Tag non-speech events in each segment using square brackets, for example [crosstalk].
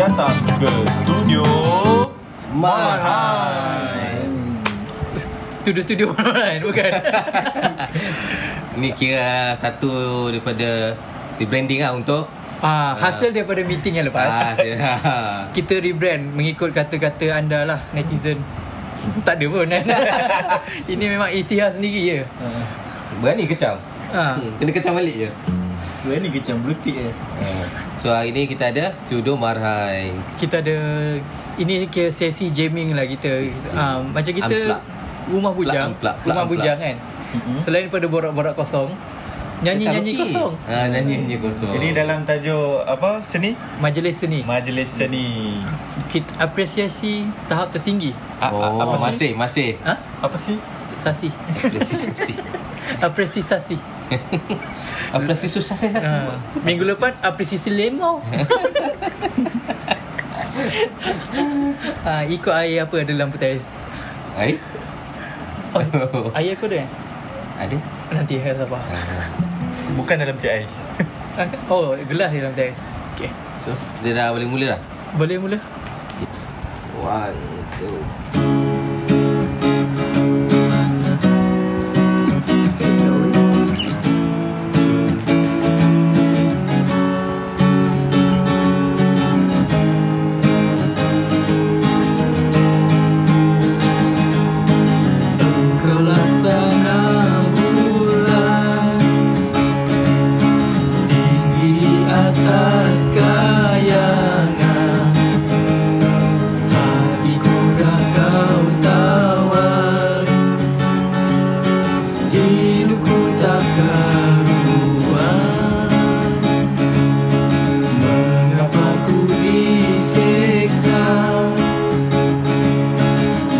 datang ke studio Marhai Studio-studio [laughs] Marhai Bukan [laughs] Ni kira satu daripada Rebranding lah untuk ah, Hasil daripada meeting yang lepas Ah, saya- ha. [laughs] Kita rebrand Mengikut kata-kata anda lah Netizen [laughs] Tak ada pun [laughs] Ini memang ikhtiar sendiri je [laughs] Eh, Berani kecam ah. hmm. Kena kecam balik je Dua ni kecam blutik eh Ah. So hari ni kita ada Studio Marhai Kita ada Ini kira sesi jamming lah kita ah, Macam kita Unplug. Rumah bujang unplug, plug, Rumah unplug. Mm-hmm. bujang kan Selain pada borak-borak kosong Nyanyi-nyanyi Karaoke. kosong ah, Nyanyi-nyanyi kosong Ini dalam tajuk apa seni? Majlis seni Majlis seni kita apresiasi tahap tertinggi A- a- oh, Apa Masih sih? Masih ha? Apa sih? sasi [laughs] Apresiasi apresiasi Apresiasi susah saya ha. rasa minggu lepas apresiasi [laughs] lemau ha, ikut air apa dalam putih Hai oh, air aku ada eh? Ada nanti saya sabar Ah. Bukan dalam tiai Ah, oh gelas dalam putih okay. So Kita dah boleh mula dah boleh mula One Two Engkaulah sana bulan Tinggi di atas kayangan Hatiku dah kau tawar Hidupku tak karuan Mengapa ku disiksa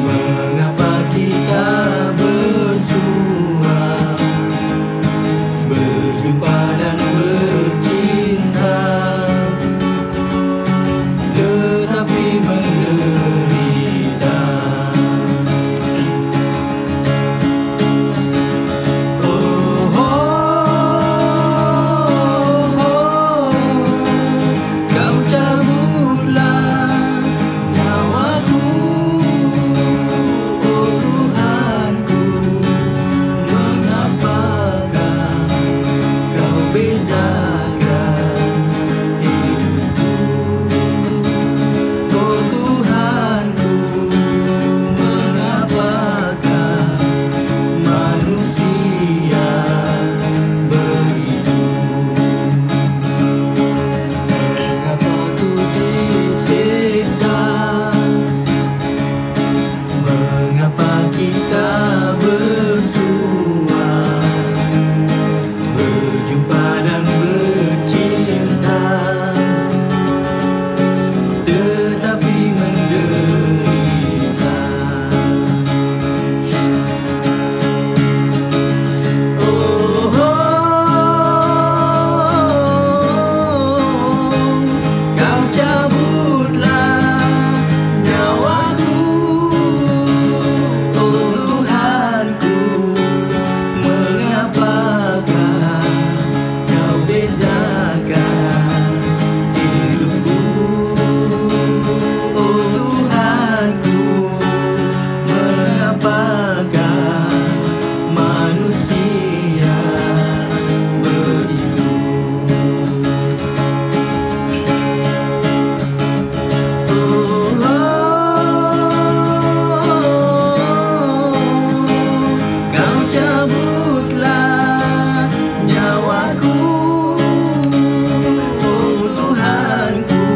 Mengapa kita bersua Berjumpa dan bercinta Tetapi menderita Oh, oh, oh, Kau cabutlah nyawaku Tuhanku, mengapakah kau bezakan hidupku? Oh Tuhanku, mengapakah manusia begitu? Mengapa ku disiksa? Mengapa kita bersua Berjumpa dan bercinta Tetapi menderita Oh, oh, oh. Kau cabutlah nyawaku Oh Tuhanku Mengapakah kau bezakan hidupku Oh Tuhanku Mengapakah manusia begitu Kau cabutlah nyawaku Oh Tuhanku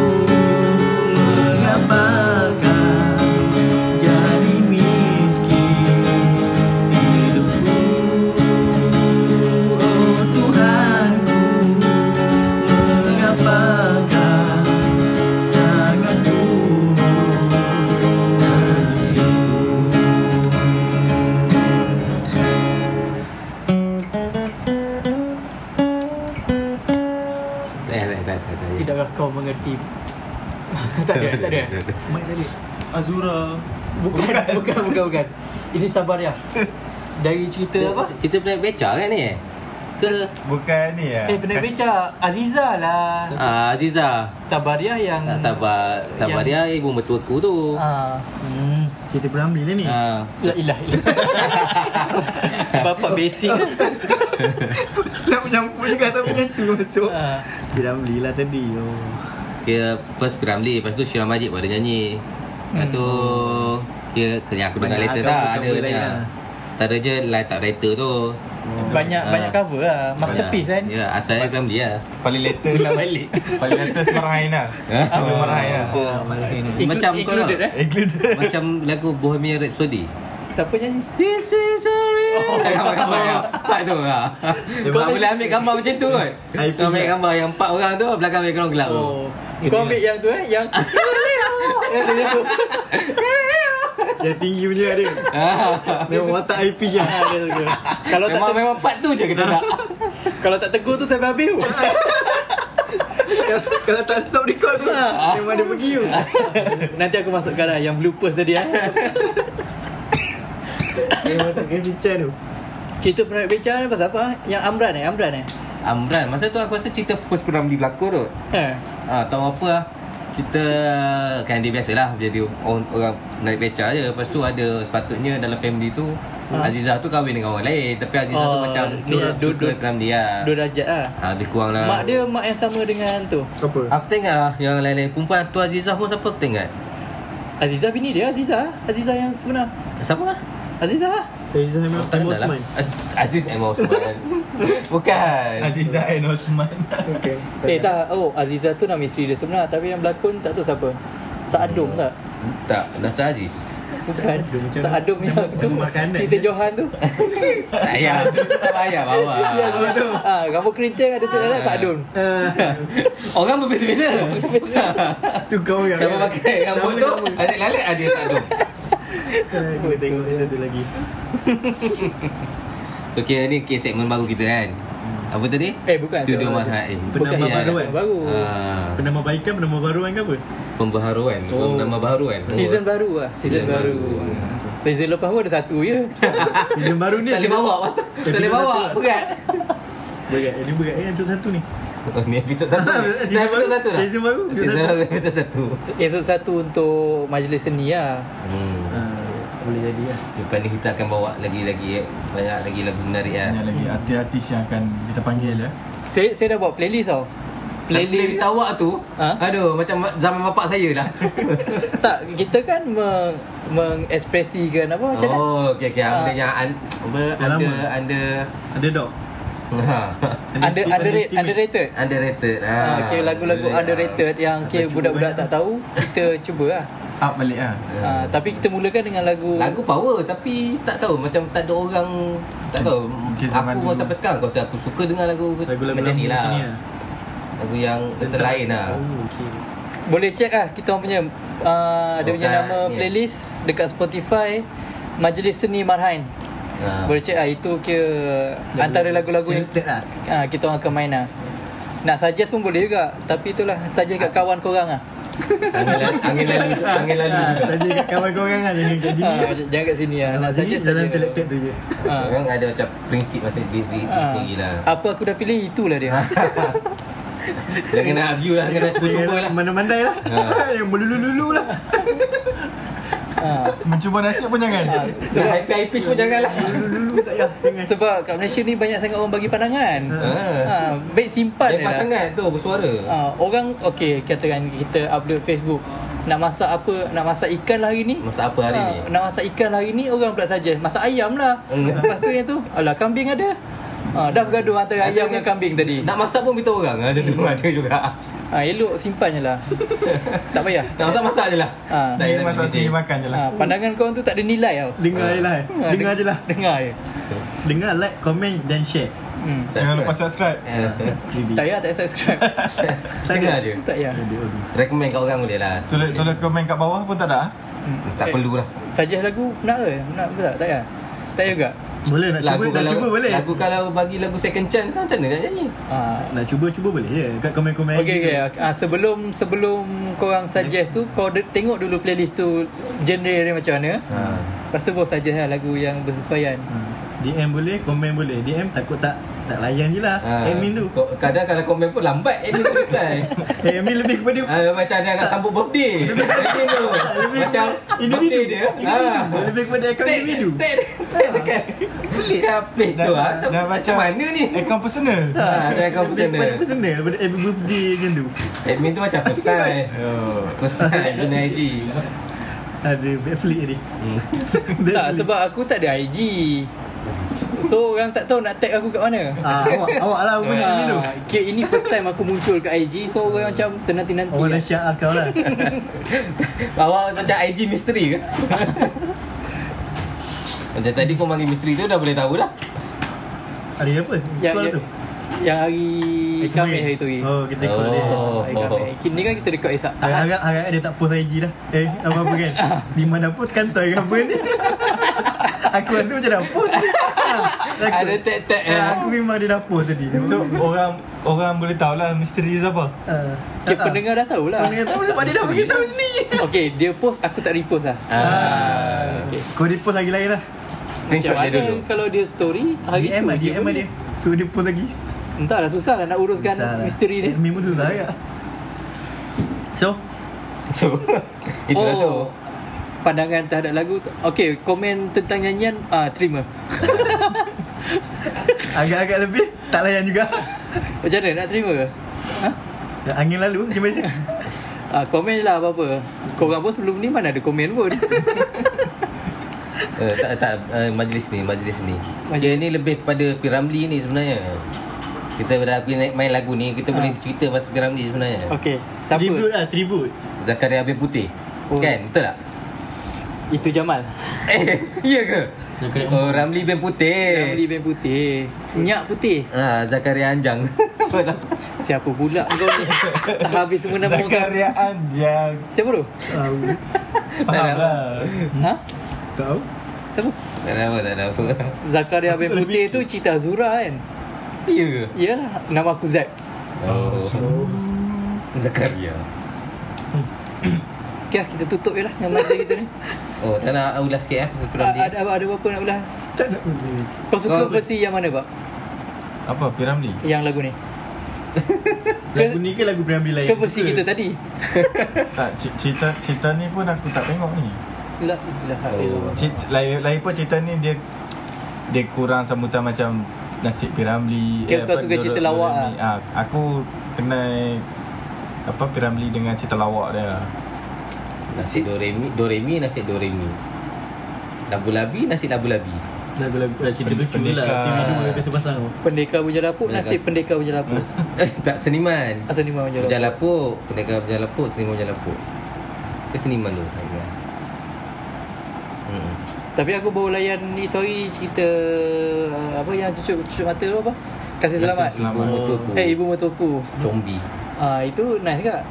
Mengapakah jadi miskin hidupku Oh Tuhanku Mengapakah sangat buruk nasibku Tak payah, tak payah, tak payah, tak payah. Tidakkah kau mengerti [laughs] Tak ada, tak ada Mic tadi Azura Bukan, bukan, [laughs] bukan, bukan Ini sabar ya Dari cerita apa? Cerita pelik beca kan ni? ke? Bukan ni lah Eh, pernah becak. Aziza lah. Ah, Aziza. Sabariah yang... Tak sabar sabar dia ibu mertuaku tu. Ya. Ah. hmm, Kita beramli lah ni Ha. La ilah [laughs] ilah. Bapak basic kan. [laughs] Nak menyampuk juga tak menyentuh masuk Ah. Beramli lah tadi oh. Kira first Piramli, lepas tu Syirah Majid pun ada nyanyi. Lepas tu kira kena aku dengar Banyak later cover- dah ada cover ni. lain ah. lah. Tak ada je line tak writer tu. Banyak Ah. banyak cover lah. Masterpiece kan. Ya, asalnya Piramli lah. Paling latest Ulang balik. Paling latest Marhain lah Ha? Ah. Sebelum Marhain lah Ah, Marhain Include- Macam kau lah. tau. included eh. Included Macam lagu Bohemian Rhapsody. Siapa nyanyi? This is a Oh, real Gambar-gambar [laughs] yang part tu ha. Kau Kau boleh ambil gambar macam tu kot [laughs] I lah. Kau ambil punya. gambar yang empat orang tu Belakang background gelap tu Oh. Kau ambil yang tu eh [laughs] yang Eh, dia tu. Yang tinggi punya dia Memang watak IP lah Ha. Ah, dia tu. Kalau tak Memang memang part tu je kita nak [laughs] kalau tak tegur tu sampai habis tu. Kalau tak stop record tu Ah. Memang dia pergi tu Nanti aku masukkan lah yang bloopers tadi ah. Memang tak kasi can tu Cerita pernah bicara ni pasal apa? ah? Yang Amran eh, Amran eh. Amran Masa tu aku rasa cerita first program di Belakor tu Eh. ha, Tahu apa lah Cerita Kan dia biasalah Jadi orang, orang naik beca je Lepas tu ada Sepatutnya dalam family tu Ah. Azizah tu kahwin dengan orang lain Tapi Azizah tu Oh, macam ni lah, Suka duduk- dalam dia Dua darjat lah. ha, Lebih kurang lah Mak dia mak yang sama dengan tu. Apa? Aku tak ingat lah Yang lain-lain perempuan Tu Azizah pun siapa aku tak ingat Aziza bini dia Aziza. ah. Aziza yang sebenar. Siapa lah? Aziza lah. Aziza memang Tak kenal lah Az- Aziz M. Osman Bukan Aziza and Osman Okay Eh tak, oh Aziza tu nama isteri dia sebenar Tapi yang berlakon tak tahu siapa Saadum tak? Tak Nasir Aziz Bukan Saadum macam Saadum yang nama- tu nama makanan Cerita je. Johan tu Tak payah Tak payah bawa [laughs] Ya tu Ah, Kamu kerinting ada tu dalam Saadum Orang berbeza-beza Tu kau yang Siapa pakai rambut tu Ada lalat ada tak tu Kita tengok dia tu lagi So kira ni kira segmen baru kita kan Apa tadi? Eh, bukan. Studio Sorry. Marhat eh, Bukan bukan Marhat ya. Wan. Baru Ah, Penama baikan, penama baruan ke apa? Pembaharuan Oh. Nama baru kan Season baru lah Season Season baru baru. Season lepas pun ada satu ya. je Yang baru ni Tak boleh bawa patut. Tak boleh bawa Berat Berat, ini berat eh Untuk satu ni Oh, Ni episod satu ni. Dah Season episod baru. satu dah Season baru, episod Season satu. baru Episod satu Episode satu untuk Majlis seni lah Hmm Ah, Boleh jadi lah Lepas ni kita akan bawa lagi-lagi eh. Banyak lagi lagu menarik lah Banyak lagi artis-artis yang akan kita panggil ya. Saya saya dah buat playlist tau Playlist Playlist awak tu Ha? Aduh macam ma- zaman bapak saya lah Tak, kita kan meng, mengekspresikan apa macam mana Oh okey okey Ah. Benda yang un, apa, Lama. under Under Ada dog. ha. Under, underrated, Underestimate. underrated Underrated ha. Ah, okay, lagu-lagu underrated yang okay, Cuba budak-budak banyak. tak tahu Kita cuba lah Up balik ah. Ah, tapi kita mulakan dengan lagu Lagu power tapi tak tahu macam tak ada orang tak tahu Mungkin zaman aku dulu. sampai sekarang kau rasa aku suka dengar lagu, Lagu-lagu macam lama ni lah macam ni ah. lagu yang terlain lah Oh, okey. Boleh check lah kita orang punya uh, Dia punya Bukan, nama ya. playlist Dekat Spotify Majlis Seni Marhain Ah. Boleh check lah Itu kira Antara lagu-lagu yang Selected lah. uh, Kita orang akan main lah Nak suggest pun boleh juga Tapi itulah Suggest kat kawan korang lah angin lalu angin lalu angin lalu [laughs] Ah, Saja kat kawan korang lah jangan kat sini. Ah, Jangan kat sini lah Dalam Nak sini suggest dalam saja. selected tu je. Ah. Orang ada macam prinsip masa diri sendiri, diri Ah. sendiri lah [laughs] Apa aku dah pilih Itulah Ha? dia Dah kena argue lah, kena cuba-cuba lah Mana-mandai lah. Ah. [laughs] Yang melulu-lulu lah. Ah. Mencuba nasib pun Ah, jangan. So, [laughs] Sebab IP-IP pun jangan [laughs] lah Melulu-lulu tak payah. Jangan. Sebab kat Malaysia ni banyak sangat orang bagi pandangan. Ah. Ha, baik simpan je Lepas lah. sangat tu bersuara Ha, orang okey katakan kita upload Facebook. Nak masak apa? Nak masak ikan lah hari ni? Masak apa hari ni? Nak masak ikan lah hari ni orang pula saja. Masak ayam lah. Hmm. Lepas tu yang tu, alah kambing ada. Ha, dah bergaduh antara ayam dengan kambing tadi. Nak masak pun beritahu orang Macam tu [laughs] ada juga Ha, elok simpan je [laughs] lah. tak payah. Nak masak, masak je lah Ah. Tak payah Ni nak masak bising. sini makan je lah. Ha, pandangan kau tu tak ada nilai tau. Dengar je lah. eh. Ha, Dengar deng- je lah. Dengar je. Dengar, like, comment dan share. Hmm. Jangan lupa subscribe. Eh. Tak payah tak payah [laughs] subscribe. Dengar je tak payah. Recommend kat orang boleh lah Tulis, tulis komen kat bawah pun tak ada ah? Hmm. Tak Eh, perlu lah Suggest lagu nak ke? Nak ke tak? Tak payah. Tak payah juga. Boleh nak cuba, nak cuba boleh. lagu kalau bagi lagu second chance kan macam mana nak nyanyi? Ha. Nak cuba cuba boleh je kat komen-komen. Okay, okay. Ha, sebelum sebelum korang suggest tu, kau de- tengok dulu playlist tu genre dia macam mana. Ha. Hmm. Lepas tu baru suggest lah lagu yang bersesuaian. Ha, DM boleh, komen boleh. DM takut tak tak layan je lah Ah, Admin tu ko- Kadang kalau komen pun lambat Admin tu [laughs] reply Eh, Admin lebih kepada Ah, macam dia nak sambut birthday. Admin tu. Macam birthday dia. Ha. Individu Lebih kepada akaun Tag individu Tag Tag dekat Dekat page tu ah. Dah- dah- Macam dah macam mana ni? Akaun personal Ha, ada akaun Lebih kepada personal. personal Daripada happy birthday macam tu Admin tu macam first time. Ya. First [laughs] time guna IG. Ada backflip tadi [laughs] Hmm. Tak Backflip. sebab aku tak ada IG So orang tak tahu nak tag aku kat mana Ah, awak, awak lah punya Ah, ni tu okay, ini first time aku muncul kat IG So orang macam ternanti-nanti Orang lah. dah syak akal lah Awak macam IG misteri ke? Macam tadi pun panggil misteri tu dah boleh tahu dah. Hari apa? yang, Call yang, tu? yang hari Hari Khamis Khamis. ya. hari tu eh. Oh, kita call dia Oh. Hari Khamis Kini kan kita dekat Isak Harap-harap harap dia tak post IG dah Eh, apa-apa [laughs] kan Ah. Di mana pun kantor ke apa ni Aku rasa macam dah post ha, Ada tag-tag eh. Aku memang ada dah post tadi So orang orang boleh tahulah misteri dia apa. uh, Okay, pendengar lah. Ah, dah tahulah Pendengar tahu sebab dia dah beritahu sendiri Okay, dia post, aku tak repost lah Ah. Okay. Kau dia post lagi lain lah Macam Screenshot dia mana dulu. kalau dia story ah, Hari DM tu lah, DM lah boleh. dia So dia post lagi Entahlah, susah lah nak uruskan Susah lah. misteri dia Admin pun susah agak So So itulah lah tu. Oh. Pandangan terhadap lagu tu Okay, komen tentang nyanyian ah Terima Agak-agak lebih Tak layan juga Macam mana, nak terima ke? Ha? Angin lalu macam biasa Ah, komen je lah apa-apa Korang pun sebelum ni mana ada komen pun Eh, tak tak uh, majlis ni, majlis ni. Majlis. Dia ni lebih kepada Piramli ni sebenarnya. Kita dah pergi naik main lagu ni, kita boleh cerita pasal Piramli sebenarnya. Okay, Tribute siapa? lah, tribute Zakaria Habib Putih. Oh. Kan? Betul tak? Itu Jamal Eh, [laughs] iya ke? Oh, Ramli bin Putih. Ramli Ben Putih Nyak Putih Ha, Zakaria Anjang. [laughs] Siapa pula kau ni? tak habis semua nama orang. Zakaria Anjang. Siapa tu? Tahu Faham lah. Ha? Tahu Siapa? tak ada apa, tak ada apa. Zakaria bin Putih tu cerita Azura kan? Iya ke? Yalah, nama aku Zack. Oh. Ya. Zakaria. Okay, lah, kita tutup je lah dengan masa kita [laughs] ni. Oh, tak nak ulas sikit eh pasal Ah, Piramli. Ada ada apa nak ulas? Tak nak boleh Kau suka Kau- versi yang mana, Pak? Apa Piramli? Yang lagu Eh, ni? Lagu ni ke lagu Brambi lain? Ke versi kita tadi? Tak ci- cerita cerita ni pun aku tak tengok ni. La ilaha Oh. illallah. Cit- Lain lain pun cerita ni dia dia kurang sambutan macam Nasib Piramli. Kira kau apa, suka Doro- cerita lawak lah. Doremi. Ah, aku kenal apa Piramli dengan cerita lawak dia. Nasi Doremi, Doremi nasi Doremi. Labu labi nasi labu labi. [laughs] Lagu-lagu eh, cerita lucu Pendekar. lah TV2 yang biasa pasang tu. Pendekar Bujalapuk, Pendekar. nasib pendekar [laughs] Bujalapuk. Eh, tak seniman. Asal ni memang Pejal lapuk, Bujalapuk. pendekar pejal lapuk, seniman pejal lapuk. Ke seniman tu, tak ingat. Hmm. Tapi aku baru layan itu hari cerita ah, apa yang cucuk cucuk mata tu apa? Kasih selamat. Selamat. Ibu mertuaku. Eh, ibu mertuaku. Combi. Ah itu nice juga.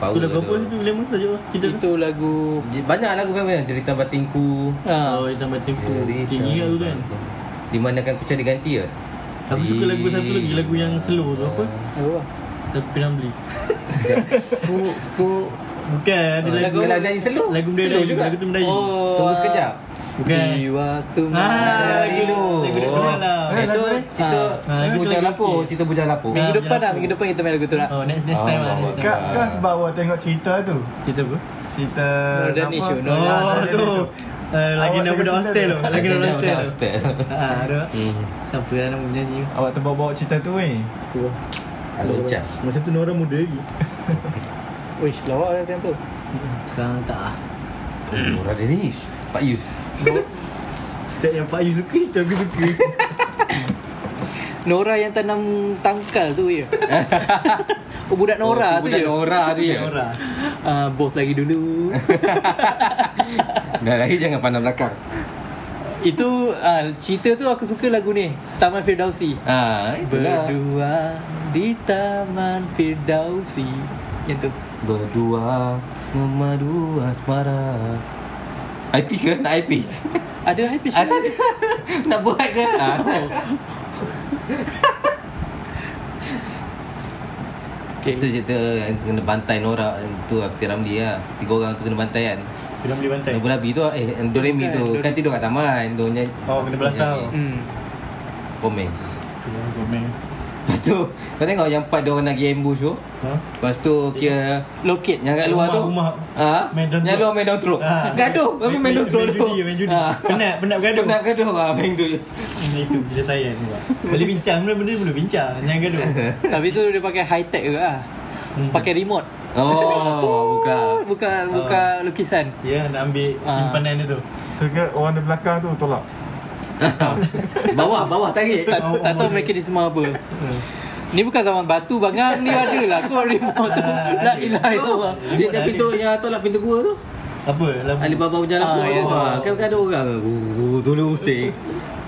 Power Tu lagu tu. apa tu lama tajuk kita tu? Itu lagu Banyak lah lagu famous cerita batinku. Oh, ha, yang tambah tempo. Cerita Tinggi kat tu kan. Batinku. Di mana kan kucing diganti ke? Aku suka lagu satu lagi, lagu yang slow tu apa? lagu apa? Lagu Pinamli. Ku ku Bukan, ada Lagu- lagu lagu lagu nyanyi selu. lagu Melayu juga. Oh. juga, lagu tu Melayu. Tunggu ah, sekejap. Bukan. Di waktu Ah, malam. lagu tu. Lagu dah kenal lah. Eh, Lagu Itu eh? cerita Ah, lagu tu bujang lagi lapuk, okey. cerita bujang lapuk. Ah, Minggu depan dia lah, aku. minggu depan kita main lagu tu nak. Oh, next next time Oh, lah. next time. Kak kau sebab awak tengok cerita tu. Cerita apa? Cerita Nur Danish, siapa? Nur Danish. Oh, tu. Eh, Lagi Awak nak tengok budak cerita hostel tu. tu. Lagi nak budak hostel tu. hostel. Ah, ada. Siapa yang nama penyanyi? Awak terbawa-bawa cerita tu eh. Aku. Halo Chan. Masa tu Nora muda lagi. Wish lawak lah time tu. Sekarang tak ah. Murah Danish. Pak Yus. Tak yang Pak Yu suka, itu aku suka. Nora yang tanam tangkal tu [laughs] ya. oh, budak Nora Oh, tu budak ya. Nora tu ya. Nora. Ah, bos lagi [laughs] dulu. Dah lagi jangan pandang belakang. Itu ah, cerita tu aku suka lagu ni. Taman Firdausi. Ah, itulah. Berdua di Taman Firdausi. Yang tu. Berdua memadu asmara. IP ke? Nak IP? Ada high pitch. Ah, tak ada. [laughs] Nak buat ke? Ah, tak. Itu Okay. cerita yang kena bantai Nora tu lah, Peti Ramli lah. Tiga orang tu kena bantai kan. Film beli bantai. Labu Labi tu eh Doremi Bukan, tu Doremi. kan tidur kat taman. Dia nyanyi. Oh, kena belasah. Hmm. Komen. Aku komen Lepas tu Kau tengok yang part dia orang lagi ambush tu Ha? Lepas tu kira Locate Yang kat luar Rumah- tu rumah. ha? Main down Yang throw. luar main down throw Ah. [laughs] Gaduh Tapi Main- main down main- throw main dulu judi, main judi. Ah. Penat- penat bergaduh. Penat bergaduh ha, Main [laughs] dulu Ini itu bila saya ni lah. Boleh bincang benda benda boleh bincang. Jangan gaduh. Tapi tu dia pakai high tech juga lah Hmm. Pakai remote Oh Buka Ah. Buka buka lukisan Ya nak ambil Ah. simpanan dia tu. So ke orang di belakang tu tolak [laughs] Bawah Bawah tarik Tak, Oh, tak tahu oh, mekanisme apa Ni bukan zaman batu bangang Ni ada lah Kot [laughs] remote tu Ah, La ada. ilaha illallah Cik dah pintu Yang tolak pintu gua tu Apa? Lampu. Alibaba berjalan Ah, keluar ya. rumah Kan kan ada orang Oh Tolong usik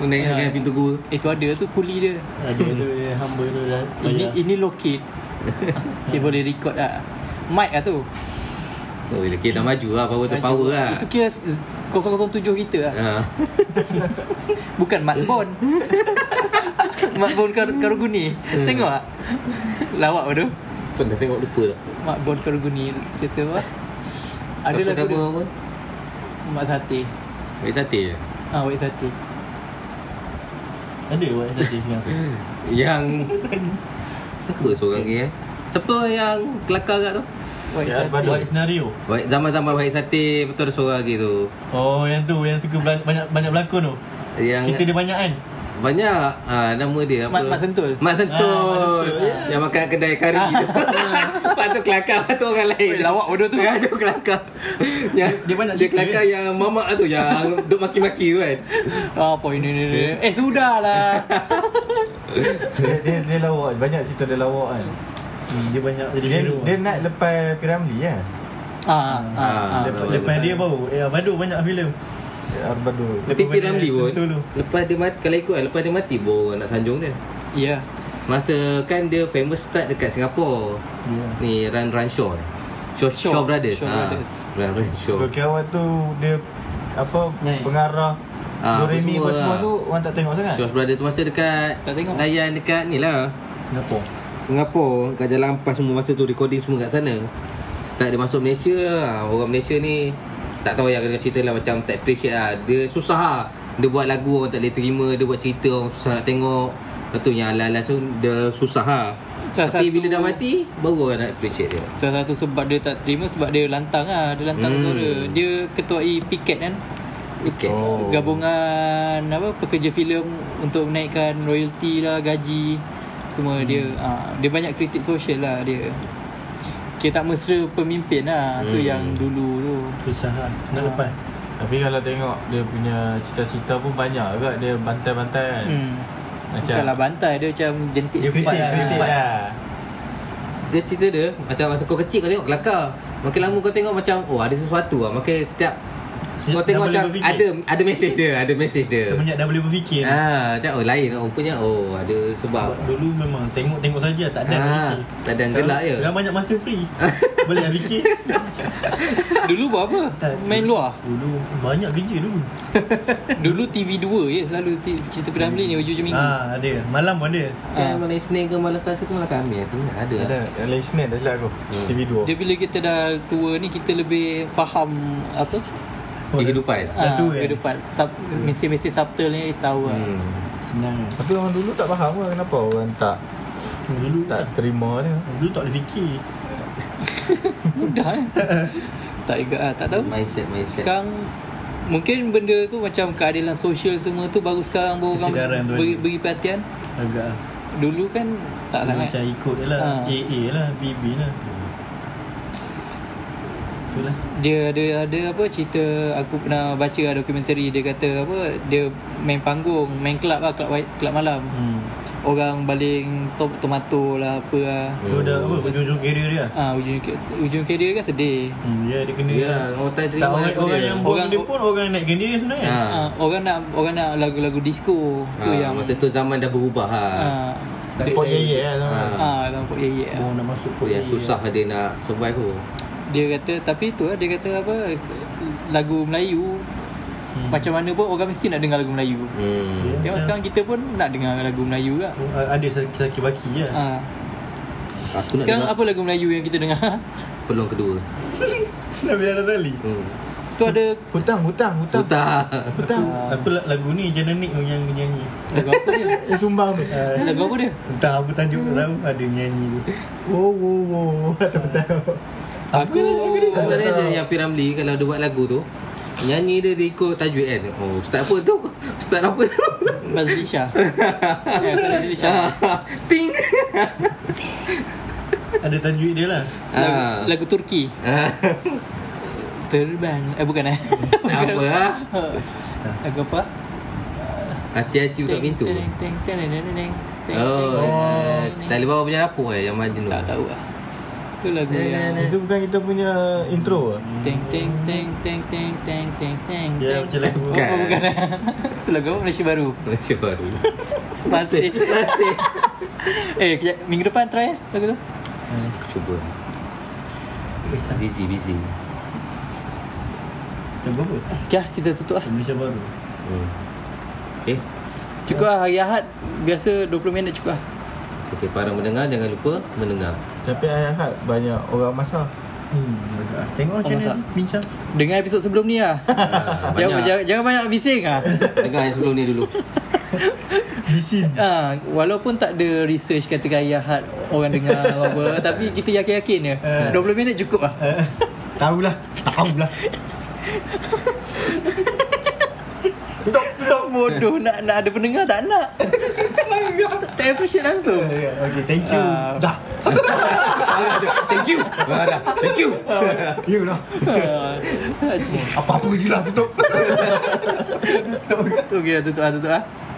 Naik Ya. dengan pintu gua Eh tu ada tu kuli dia Ada tu Ah, dia hamba tu dah. Ini bayar. ini locate [laughs] Okay boleh record lah Mic lah tu Oh bila kira dah maju lah Power to power lah Itu kira 007 kita lah Ah. Bukan Eh. [laughs] Matbon Matbon Kar- Eh. Karuguni Tengok tak? Lawak tu Pernah tengok lupa lah Matbon Karuguni Cerita apa Ada Ada lagu lagu dia apa? Mak Sate Wek sate je Ah, Wek Sate Ada buat tadi sekarang. Yang Siapa seorang ni eh? Siapa yang kelakar kat tu? Wek Ya, Sate buat senario. Baik zaman-zaman baik sate Betul ada seorang lagi tu Oh yang tu yang suka bela- banyak banyak berlakon tu. Yang Cerita dia banyak kan? Banyak ah, Nama dia apa? Mat- Mat Sentul. Mat Sentul Ah, Mat Sentul, ya. Ah. Yang makan kedai kari tu [laughs] Lepas tu kelakar Lepas tu orang lain Weh, lawak bodoh tu. Ya tu kelakar yang, Dia banyak Dia cerita, kelakar yang mamak tu Yang duk maki-maki tu kan [laughs] Ah, Apa ini ni, ni Eh sudahlah Dia, dia, dia lawak Banyak cerita dia lawak kan Hmm, Dia banyak jadi Dia, hero. dia nak lepas Piramli kan ah, ah, ah. Lepas, lepas dia baru Eh Abadu banyak filem Arbado Lepas Tapi P. pada Ramli pun Sentul tu. Lepas dia mati Kalau ikut kan Lepas dia mati Baru orang nak sanjung dia Ya Masa kan dia famous start dekat Singapore Ya. Ni Run Run Shaw Shaw, Shaw, Shaw. Shaw Brothers Shaw ha. Brothers. Run Run Shaw Kekawan tu Dia Apa Naik. Pengarah Ah, Do Re Mi apa semua semua lah. tu Orang tak tengok sangat Shaw Brothers tu masa dekat Kan? Tak tengok. Layan dekat ni lah Singapura Singapore Kat Jalan Ampas semua masa tu Recording semua kat sana Start dia masuk Malaysia lah. Orang Malaysia ni Tak tahu yang kena cerita lah Macam tak appreciate lah Dia susah lah Dia buat lagu orang tak boleh terima Dia buat cerita orang susah nak tengok Lepas tu yang ala-ala tu Dia susah lah Salah Tapi satu- bila dah mati Baru orang nak appreciate dia Salah satu sebab dia tak terima Sebab dia lantang lah Dia lantang Hmm. hmm. suara Dia ketuai piket kan Okay Oh. oh. Gabungan apa pekerja filem untuk menaikkan royalty lah, gaji semua hmm. dia. ah, dia banyak kritik sosial lah dia. Kita tak mesra pemimpin lah hmm. tu Hmm. yang dulu tu. Susah lah Nak lepas Tapi kalau tengok Dia punya cita-cita pun banyak juga Dia bantai-bantai kan Hmm. Macam Bukanlah bantai dia macam jentik Dia sikit. kritik lah. kritik lah Dia cerita dia Macam masa kau kecil kau tengok kelakar Makin lama kau tengok macam Oh ada sesuatu lah Makin setiap Kau Dah tengok boleh macam berfikir. Ada ada message dia Ada message dia Semenjak dah boleh berfikir Ya. Ah, macam oh lain oh, punya oh ada sebab. Sebab dulu memang tengok-tengok saja tak ada Ah, nak fikir. tak ada yang Sekarang- gelak je. Sekarang banyak masa free. Boleh nak fikir. Dulu buat apa? Main luar. Dulu banyak kerja dulu. Dulu TV 2 je selalu ti- cerita Piramli ni hujung-hujung minggu. Ah, ada. Malam pun ada. Kan malam Isnin ke malam Selasa ke malam Khamis tu lah, ada. Ada Yang lain Senin tak silap aku TV 2 Dia bila kita dah tua ni kita lebih faham apa? Si kehidupan. Dah Ah, tua kan? kehidupan. Sub, mesej-mesej subtle ni tahu lah. Hmm. Senang. kan? Tapi orang dulu tak faham lah kenapa orang tak Dulu tak tak terima dia. dulu tak boleh fikir. Mudah [laughs] kan Tak juga lah Tak tahu Mindset mindset. Sekarang Mungkin benda tu Macam keadilan sosial semua tu Baru sekarang baru Kesedaran orang tu beri, ada. beri perhatian Agak lah. Dulu kan Tak Dulu sangat Macam ikut je lah. Ah. AA lah, BB lah. Itulah. Dia ada ada apa cerita Aku pernah baca lah dokumentari Dia kata apa Dia main panggung Main club lah Club, club malam Hmm. Orang baling to- tomato lah Apa lah Kau dah apa? Ujung-ujung kerja dia. lah. Ah, ujung, ujung career kan sedih Hmm, ya dia kena. Ya, orang tak Tak terima orang, aku orang dia. Ah, yang buang Orang- dia pun orang yang naikkan dia sebenarnya. Ha. ah, Orang nak orang nak lagu-lagu disco Tu Ah, yang masa tu zaman dah berubah ha. ah, Tak Pot ye ye lah sama. Ha. Ah, nampak ya ya. Orang nak masuk Tu pun yang susah dia nak survive tu. Dia kata tapi tu lah dia kata apa lagu Melayu hmm. macam mana pun orang mesti nak dengar lagu Melayu. Hmm. Tengok Macam- sekarang kita pun nak dengar lagu Melayu lah. Oh, Ada sakit baki lah. [laughs] Ha. Aku nak Sekarang dengar apa lagu Melayu yang kita dengar? peluang kedua. Dah bila dah tali Hmm. [laughs] Tu ada Hutang, hutang, hutang. Hutang. Hutang. Ah. Aku la- lagu ni je Nanik yang nyanyi lagu apa dia? Eh, sumbang tu. uh, Lagu apa dia? Entah apa tajuk tak tahu Ada nyanyi tu Wow, wow, [laughs] wow. Tak tahu. Aku Tak ada je yang Piramli kalau dia buat lagu tu Nyanyi dia, dia ikut tajwid kan Oh ustaz apa tu? [laughs] Ustaz apa [laughs] tu? Fazli Shah. Ya, Fazli Shah. Ting Ada tajuk dia lah Lagu, Ah. lagu Turki. Ah, Terbang. Eh bukan eh. [laughs] Apa ah? Lagu apa? Aci-aci buka pintu Teng, teng, teng, teng, teng, teng, teng, Oh teng, eh, teng, Tak boleh bawa punya lapuk eh Yang majnun Tak tahu lah Itu lagu Nah, yang Eh. nah, nah. Itu bukan kita punya intro ke? Teng teng teng teng teng teng teng teng Ya, macam lagu. Oh, oh, bukan [laughs] eh Itu lagu apa Malaysia Baru Malaysia baru [laughs] Masih Masih Eh kejap, minggu depan try eh lagu tu Aku cuba Busy busy Lagu apa? Jah kita tutup lah Indonesia Baru hmm. Okay Cukup lah hari Ahad Biasa 20 minit cukup lah Okay para mendengar Jangan lupa [laughs] mendengar Tapi ayah kat banyak orang masak. Hmm, agak ah. Tengok macam masak. mana ni bincang Dengar episod sebelum [laughs] ni lah Ah, Banyak jangan, jangan, jangan banyak bising lah Dengar yang sebelum ni dulu Bisin. ha, Walaupun tak ada research katakan hari Ahad Orang dengar apa Tapi kita yakin-yakin je 20 minit cukup lah [laughs] Eh, Tahulah Tahulah Tak bodoh nak nak ada pendengar tak nak. tak appreciate langsung. [laughs] Okay, thank you Ah. Dah Thank you ah, dah. Thank you You dah Ah. Apa-apa je lah tutup Okey, tutup ah, tutup ah.